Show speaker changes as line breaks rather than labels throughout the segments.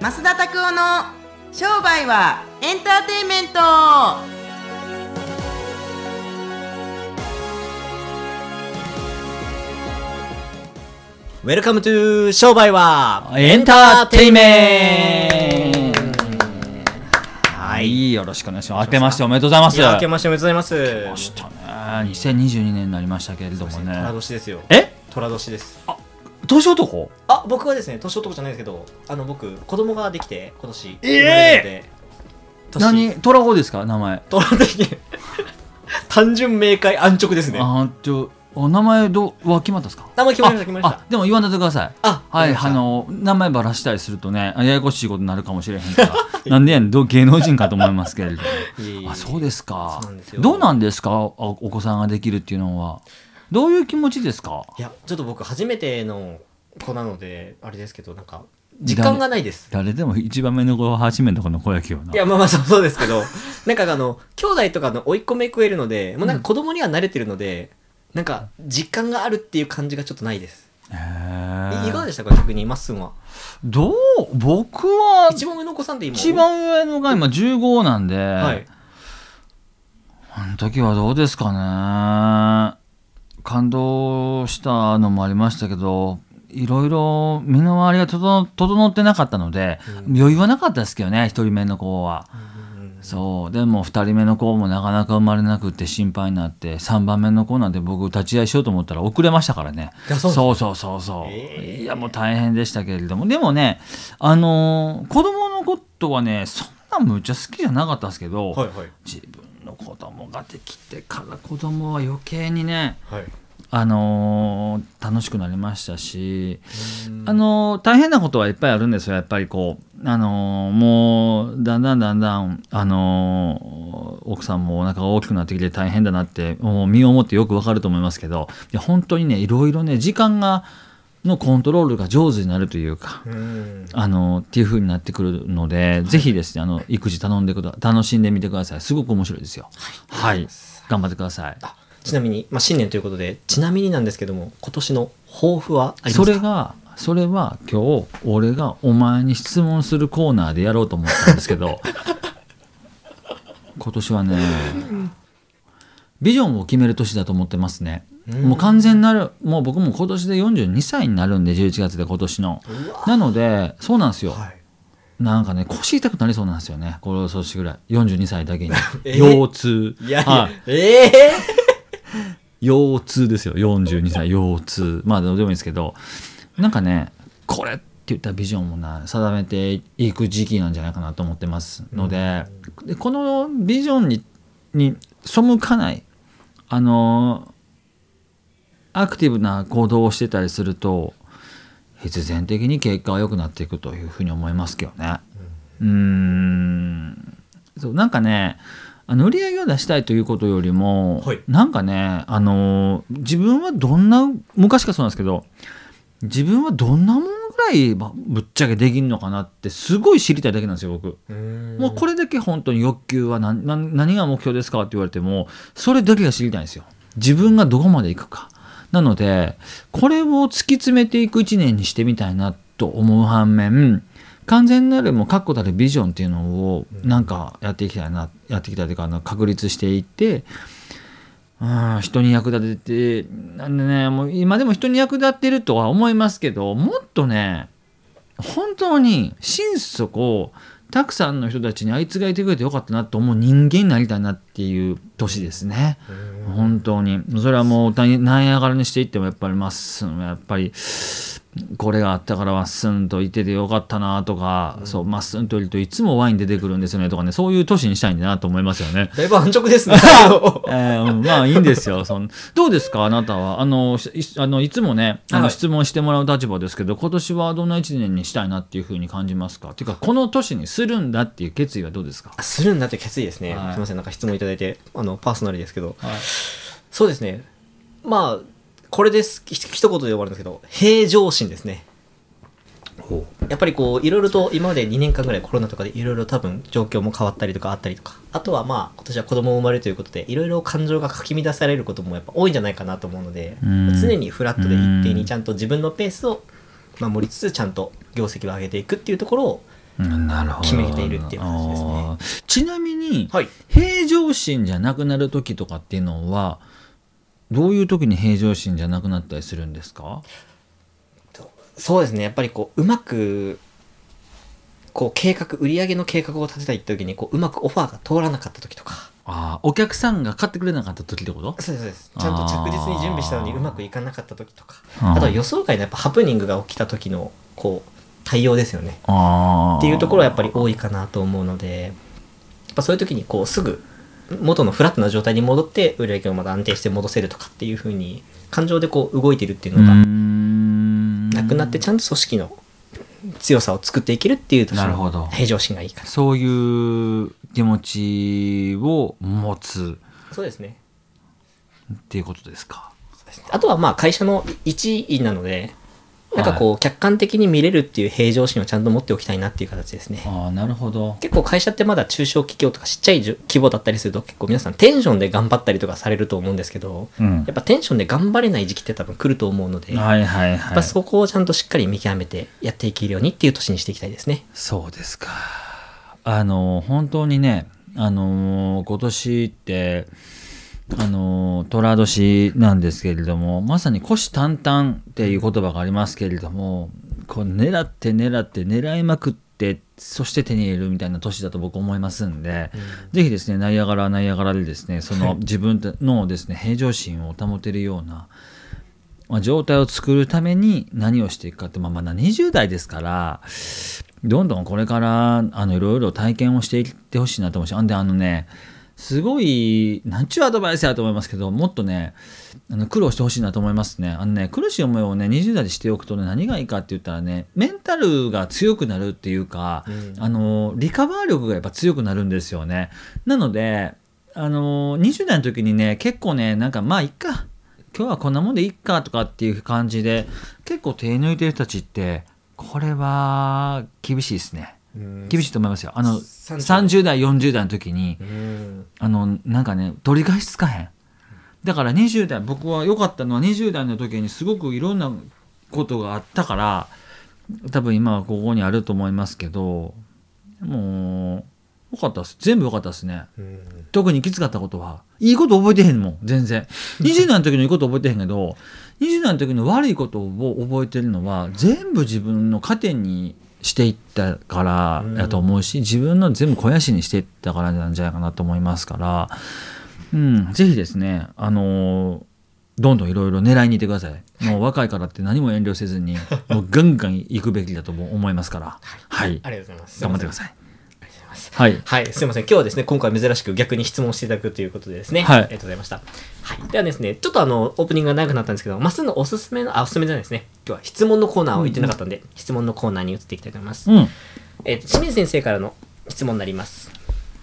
増田拓夫の商売はエンターテインメント
ウェルカムトゥ商売は
エンターテイメントはい、よろしくお願いします。明けましておめでとうございま
い
す。
や明けましておめでとうござい
ま
ま
し
す
たね。2022年になりましたけれども
虎
ね。
年ですよ
え
虎年です
年男
あ僕はですね年男じゃないですけどあの僕子供ができて今年
ええ
生まれるので年
何トラホですか名前。
虎的に 単純明快安直ですね
あーちょ、お名前どうは決まったんですか
名前決まりました決まりました
あ、でも言わないでください。
あ
はい、
わかり
あ
ました
の、名前ばらしたりするとね、ややこしいことになるかもしれへん から、なんでやねん、どう芸能人かと思いますけれども。
いえいえ
あそうですか
そうなんですよ
どうなんですかおお子さんができるっていうのはどういう気持ちですか
いやちょっと僕初めての子なのであれですけどなんか実感がないです
誰でも一番目の子初めの子の子やけよない
やまあまあそうそうですけど なんかあの兄弟とかの追い込め食えるのでもうなんか子供には慣れてるので、なんか実感があるっていう感じがちょっとないです、
へ
いいかが
ー
でしたか逆にまっすんは
どう僕は
一番上のお子さんって今
一番上のが今15なんで、
はい
あの時はどうですかね感動したのもありましたけどいろいろ身の回りが整整ってなかったので、
うん
余裕はなかったですけどね一人目の子は。そうでも2人目の子もなかなか生まれなくて心配になって3番目の子なんて僕立ち会いしようと思ったら遅れましたからね
あそうなんですか
そうそうそうそう、
ええ
いやもう大変でしたけれどもでもねあのー子供のことはねそんなむっちゃ好きじゃなかったんですけど、
はいはい
自分の子供ができてから子供は余計にね
はい
あのー楽しくなりましたしあの大変なことはいっぱいあるんですよやっぱりこうあのもうだんだんだんだんあの奥さんもお腹が大きくなってきて大変だなってもう身をもってよくわかると思いますけどいや本当にねいろいろね時間がのコントロールが上手になるというか。
うん
あのっていう風になってくるので、ぜひですねあの育児頼んでくだ楽しんでみてくださいすごく面白いですよはい、頑張ってください
あちなみに、まあ、新年ということでちなみになんですけども今年の抱負はありますか
それがそれは今日俺がお前に質問するコーナーでやろうと思ったんです けど今年はねビジョンを決める年だと思ってますね、
うん
もう完全なるもう僕も今年で42歳になるんで11月で今年の
うわ
なのでそうなんですよ、
はい
なんかね腰痛くなりそうなんですよねこの年ぐらい42歳だけに
え
腰痛
いやい
は
やええ
腰痛ですよ42歳腰痛まあどうでもいいですけどなんかねこれって言ったビジョンもな定めていく時期なんじゃないかなと思ってますので,、でこのビジョンにに背かないあのアクティブな行動をしてたりすると必然的に結果は良くなっていくというふうに思いますけどね。うーんそうなんかねあの売り上げを出したいということよりも、
はい。
なんかねあのー自分はどんな昔からそうなんですけど自分はどんなもんぐらいまぶっちゃけできるのかなってすごい知りたいだけなんですよ僕。もうこれだけ本当に欲求は何何何が目標ですかって言われてもそれだけが知りたいんですよ。自分がどこまで行くか。なのでこれを突き詰めていく一年にしてみたいなと思う反面完全なるもう確固たるビジョンっていうのをなんかやっていきたいな、やっていきたいというかあの確立していってうん人に役立ててなんでねもう今でも人に役立ってるとは思いますけどもっとね本当に心底たくさんの人たちにあいつがいてくれてよかったなと思う人間になりたいなっていう年ですね。本当にそれはもう大変何やがらにしていってもやっぱりまっすんはやっぱりこれがあったからまっすんといててよかったなとか、そうまっすんといるといつもワイン出てくるんですよねとかねそういう年にしたいんだなと思いますよね
だいぶ安直 ですね
えーうんまあいいんですよそのどうですかあなたはあのいあのいつもねあ
は
の
い
質問してもらう立場ですけど、今年はどんな1年にしたいなっていうふうに感じますかっていうかこの年にするんだっていう決意はどうですか
あするんだって決意ですね、
はい
すみませんなんか質問いただいてあのパーソナルですけど、
はい
そうですねまあこれですひ一言で終わるんですけど平常心ですねやっぱりこういろいろと今まで2年間ぐらいコロナとかでいろいろ多分状況も変わったりとかあったりとかあとはまあ今年は子供も生まれるということでいろいろ感情がかき乱されることもやっぱ多いんじゃないかなと思うので
うん
常にフラットで
うん
一定にちゃんと自分のペースを守りつつちゃんと業績を上げていくっていうところを
うんなるほど
決めているっていう感じですね
あーちなみに、
はい
平常心じゃなくなる時とかっていうのはどういう時に平常心じゃなくなったりするんですか
そうですねやっぱりこううまくこう計画売り上げの計画を立てたいって時にこううまくオファーが通らなかった時とか
あーお客さんが買ってくれなかった時ってこと
そうですそうですちゃんと着実に準備したのに
あー
うまくいかなかった時とか
あー
あとは予想外のやっぱハプニングが起きた時のこう対応ですよね
あー
っていうところはやっぱり多いかなと思うのでやっぱそういう時にこうすぐ元のフラットな状態に戻って売り上げをまた安定して戻せるとかっていう風に感情でこう動いてるっていうの
う
が
ーん
なくなってちゃんと組織の強さを作っていけるっていう
なるほど
平常心がいいかな
そういう気持ちを持つ
そうですね
っていうことですか
あとはまあ会社の一位なのでなんかこう客観的に見れるっていう平常心をちゃんと持っておきたいなっていう形ですね
ああなるほど
結構会社ってまだ中小企業とかちっちゃいじゅ規模だったりすると結構皆さんテンションで頑張ったりとかされると思うんですけど
うん
やっぱテンションで頑張れない時期って多分来ると思うので、やっ
はいはいはい
ぱそこをちゃんとしっかり見極めてやっていけるようにっていう年にしていきたいですね。
そうですか。あの本当にね、あの今年ってあの寅年なんですけれども、まさに虎視眈々っていう言葉がありますけれども、こう狙って狙って狙いまくって、そして手に入れるみたいな年だと僕思いますんで、ぜひですねナイアガラはナイアガラでですねその自分のですね平常心を保てるような。まあ、状態を作るために何をしていくかって、まあ、まだ20代ですからどんどんこれからあのいろいろ体験をしていってほしいなと思うしあんであのねすごいなんちゅうアドバイスやと思いますけどもっとねあの苦労してほしいなと思いますねあのね苦しい思いをね20代でしておくとね何がいいかって言ったらねメンタルが強くなるっていうか、
うん
あのリカバー力がやっぱ強くなるんですよねなのであの20代の時にね結構ねなんかまあいっか今日はこんなもんでいっかとかっていう感じで結構手抜いてる人たちってこれは厳しいですね厳しいと思いますよあの
30
30代40代の時に
うん
あのなんかね取り返しつかへんだから20代僕は良かったのは20代の時にすごくいろんなことがあったから多分今はここにあると思いますけどもう良かったです全部良かったですね
うん
特にきつかったことはいいこと覚えてへんもん全 然20代の時のいいこと覚えてへんけど20代の時の悪いことを覚えてるのは全部自分の糧にしていったからやと思うし、自分の全部肥やしにしていったからなんじゃないかなと思いますから、うん、ぜひですねあのーどんどんいろいろ狙いに行ってください。もう若いからって何も遠慮せずに、 もうガンガン行くべきだと思いますから。はい。
ありがとうございます。
頑張ってくだ
い。
さい。
ありがとうございます。
はい。
はい、すみません。今日はですね、今回は珍しく逆に質問していただくということでですね、あ
はい
りがとうございました。はい、ではですね、ちょっとあの、オープニングが長くなったんですけど、まっすーのおすすめの、あ、おすすめじゃないですね。今日は質問のコーナーを言ってなかったんで、質問のコーナーに移っていきたいと思います。
うん。
えー清水先生からの質問になります。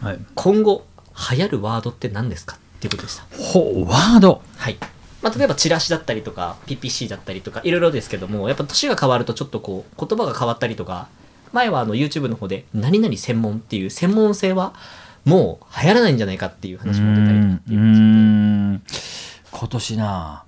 はい。
今後、流行るワードって何ですかっていうことでした。
ほ、ワード。
はい。まあ、例えばチラシだったりとか PPC だったりとかいろいろですけどもやっぱ年が変わるとちょっとこう言葉が変わったりとか前はあの YouTube の方で「何々専門」っていう専門性はもう流行らないんじゃないかっていう話も出たりとかっていうう
ー
話
ん今年な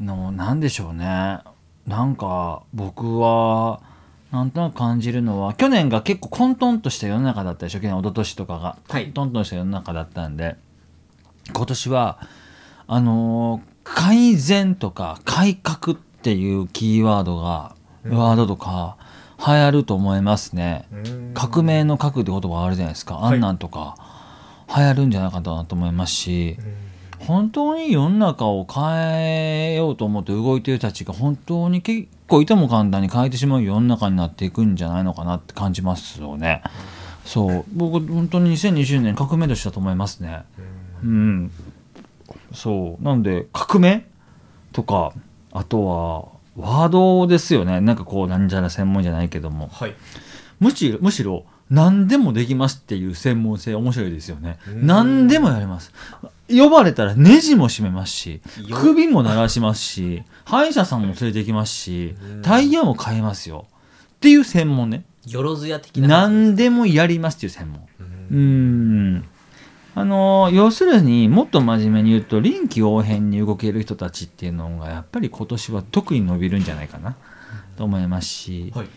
のなんでしょうねなんか僕はなんとなく感じるのは去年が結構混沌とした世の中だったでしょ去年一昨年とかが
はい
混沌とした世の中だったんで、今年はあのー改善とか改革っていうキーワードが、ワードとか流行ると思いますね。革命の核って言葉あるじゃないですか、
はい
あんなんとか流行るんじゃないかなと思いますし、本当に世の中を変えようと思って動いてる人たちが本当に結構いとも簡単に変えてしまう世の中になっていくんじゃないのかなって感じますよね。そう僕本当に2020年革命年だと思いますね。うん、そうなんで革命とかあとはワードですよねなんかこうなんじゃら専門じゃないけども
はい
むしろむしろ何でもできますっていう専門性面白いですよね
うん
何でもやります呼ばれたらネジも締めますし
よ
首も鳴らしますし歯医者さんも連れて行きますし
うん
タイヤも変えますよっていう専門ね
よろずや的な
何でもやりますっていう専門うんあの要するにもっと真面目に言うと臨機応変に動ける人たちっていうのがやっぱり今年は特に伸びるんじゃないかなと思いますし、
はい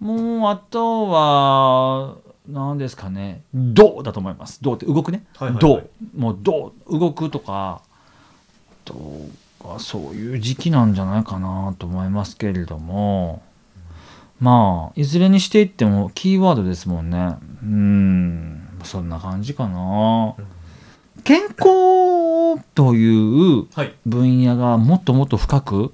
もうあとは何ですかね「どう」だと思います「どう」って動くね「
はいはいはい
どう」もう「どう」動くとかとかそういう時期なんじゃないかなと思いますけれどもまあいずれにしていってもキーワードですもんねうんそんな感じかな
うん。
健康という
はい。
分野がもっともっと深く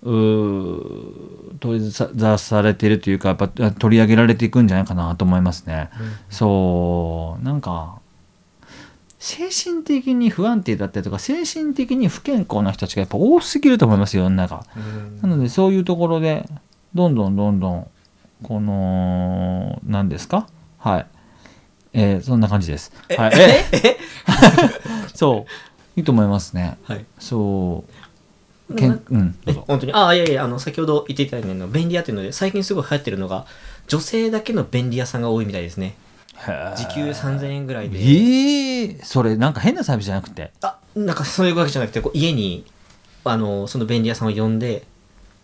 うー取りざされているというかやっぱ取り上げられていくんじゃないかなと思いますね。そうなんか精神的に不安定だったりとか精神的に不健康な人たちがやっぱ多すぎると思いますよ世の中。なのでそういうところでどんどんどんどんこの何ですかはい、えーそんな感じです。はい、えそういいと思いますね。
はい。
そう。
で
け
もなん
んうん、
え本当にああいやいやあの先ほど言っていたように便利屋っていうので最近すごい流行ってるのが女性だけの便利屋さんが多いみたいですね時給3000円ぐらいで、
ええそれなんか変なサービスじゃなくて。
あなんかそういうわけじゃなくてこう家にあのその便利屋さんを呼んで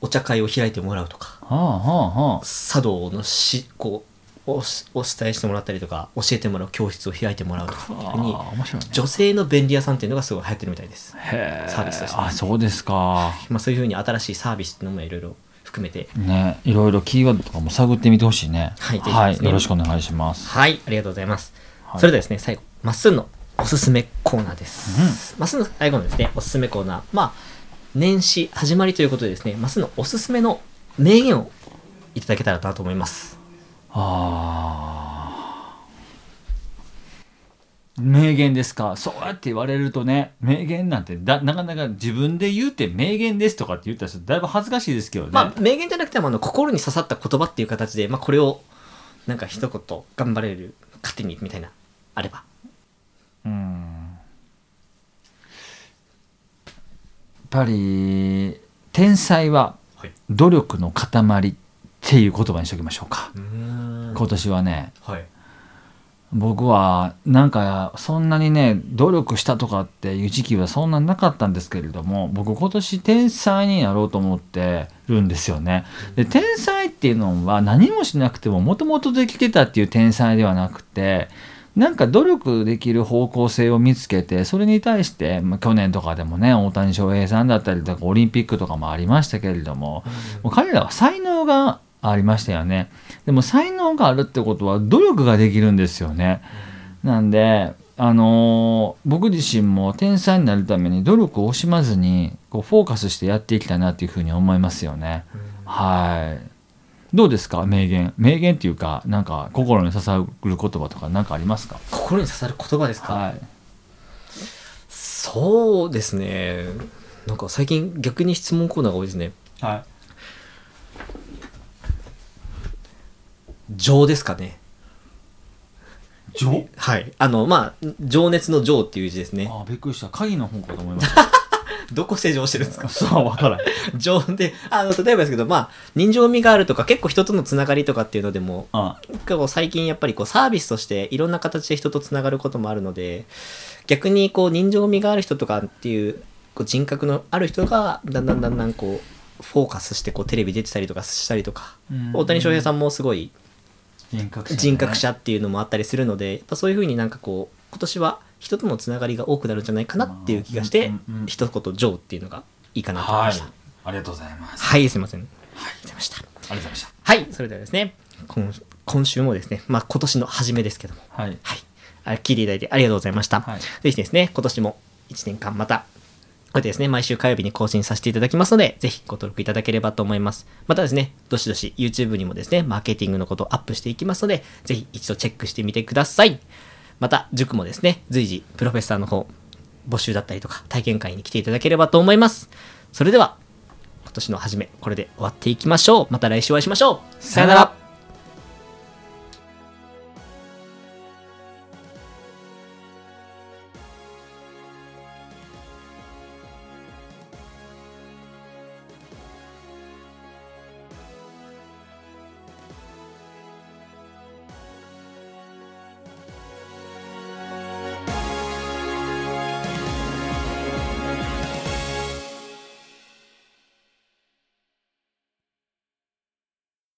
お茶会を開いてもらうとか
はあはあはあ。
茶道のしこうおしお伝えしてもらったりとか教えてもらう教室を開いてもらうとかっていうふうに
あー面白いね。
女性の便利屋さんっていうのがすごい流行ってるみたいです、
へー
サービスとして
あそうですか。
まあ、そういうふうに新しいサービスっていうのもいろいろ含めて
ねいろいろキーワードとかも探ってみてほしいね。
はいぜひ
は
で
い
すね
よろしくお願いします。
はい、ありがとうございます。
はい
それではですね、最後、まっすんのおすすめコーナーです。まっすんの最後のですね、おすすめコーナー。まあ、年始始まりということでですね、まっすんのおすすめの名言をいただけたらなと思います。
ああ。名言ですかそうやって言われるとね名言なんてだなかなか自分で言うて名言ですとかって言ったらだいぶ恥ずかしいですけどね、
まあ、名言じゃなくても、あの、心に刺さった言葉っていう形で、まあ、これを、なんか一言、頑張れる、糧に、みたいな、あれば。
うんやっぱり天才は
はい。
努力の塊っていう言葉にしておきましょうか、
ん。
今年はね
はい。
僕はなんかそんなにね努力したとかっていう時期はそんななかったんですけれども僕今年天才になろうと思ってるんですよね。で天才っていうのは何もしなくてももともとできてたっていう天才ではなくてなんか努力できる方向性を見つけてそれに対して、まあ、去年とかでもね大谷翔平さんだったりとかオリンピックとかもありましたけれどももう彼らは才能がありましたよね。でも才能があるってことは努力ができるんですよね。なんで、あのー僕自身も天才になるために努力を惜しまずにこうフォーカスしてやっていきたいなっていうふうに思いますよね。はい。どうですか名言。名言っていうか、なんか心に刺さる言葉とか何かありますか
心に刺さる言葉ですか、
はい。
そうですね。なんか最近逆に質問コーナーが多いですね。
は
情ですかね。
い。情
はい。あの、まあ、情熱の情っていう字ですね。
あ、びっくりした。鍵の方かと思いま した。
どこ施錠してるんですか
そう、わからん。
情で、あの、例えばですけど、まあ、人情味があるとか、結構人とのつながりとかっていうのでも、
あ
結構最近やっぱりこうサービスとしていろんな形で人とつながることもあるので、逆にこう人情味がある人とかっていう、こう人格のある人が、だんだんだんだんこう、フォーカスしてこうテレビ出てたりとかしたりとか、
うん
大谷翔平さんもすごい
人格者ね、
人格者っていうのもあったりするのでやっぱそういうふうになんかこう今年は人とのつながりが多くなるんじゃないかなっていう気がして、
うんうんうん
一言「ジョー」っていうのがいいかなと思い
は
ま
い
したはい、。
ありがとうございます。
すいませんはい出ました
ありがとうございました。
はいそれではですね今今週もですねまあ今年の初めですけども
はい。
はいあ聞いていただいてありがとうございました、
はい
ぜひですね今年も1年間またこうやってですね、毎週火曜日に更新させていただきますので、ぜひご登録いただければと思います。またですね、どしどし YouTube にもですね、マーケティングのことをアップしていきますので、ぜひ一度チェックしてみてください。また、塾もですね、随時、プロフェッサーの方、募集だったりとか、体験会に来ていただければと思います。それでは、今年の初め、これで終わっていきましょう。また来週お会いしましょう。さよなら。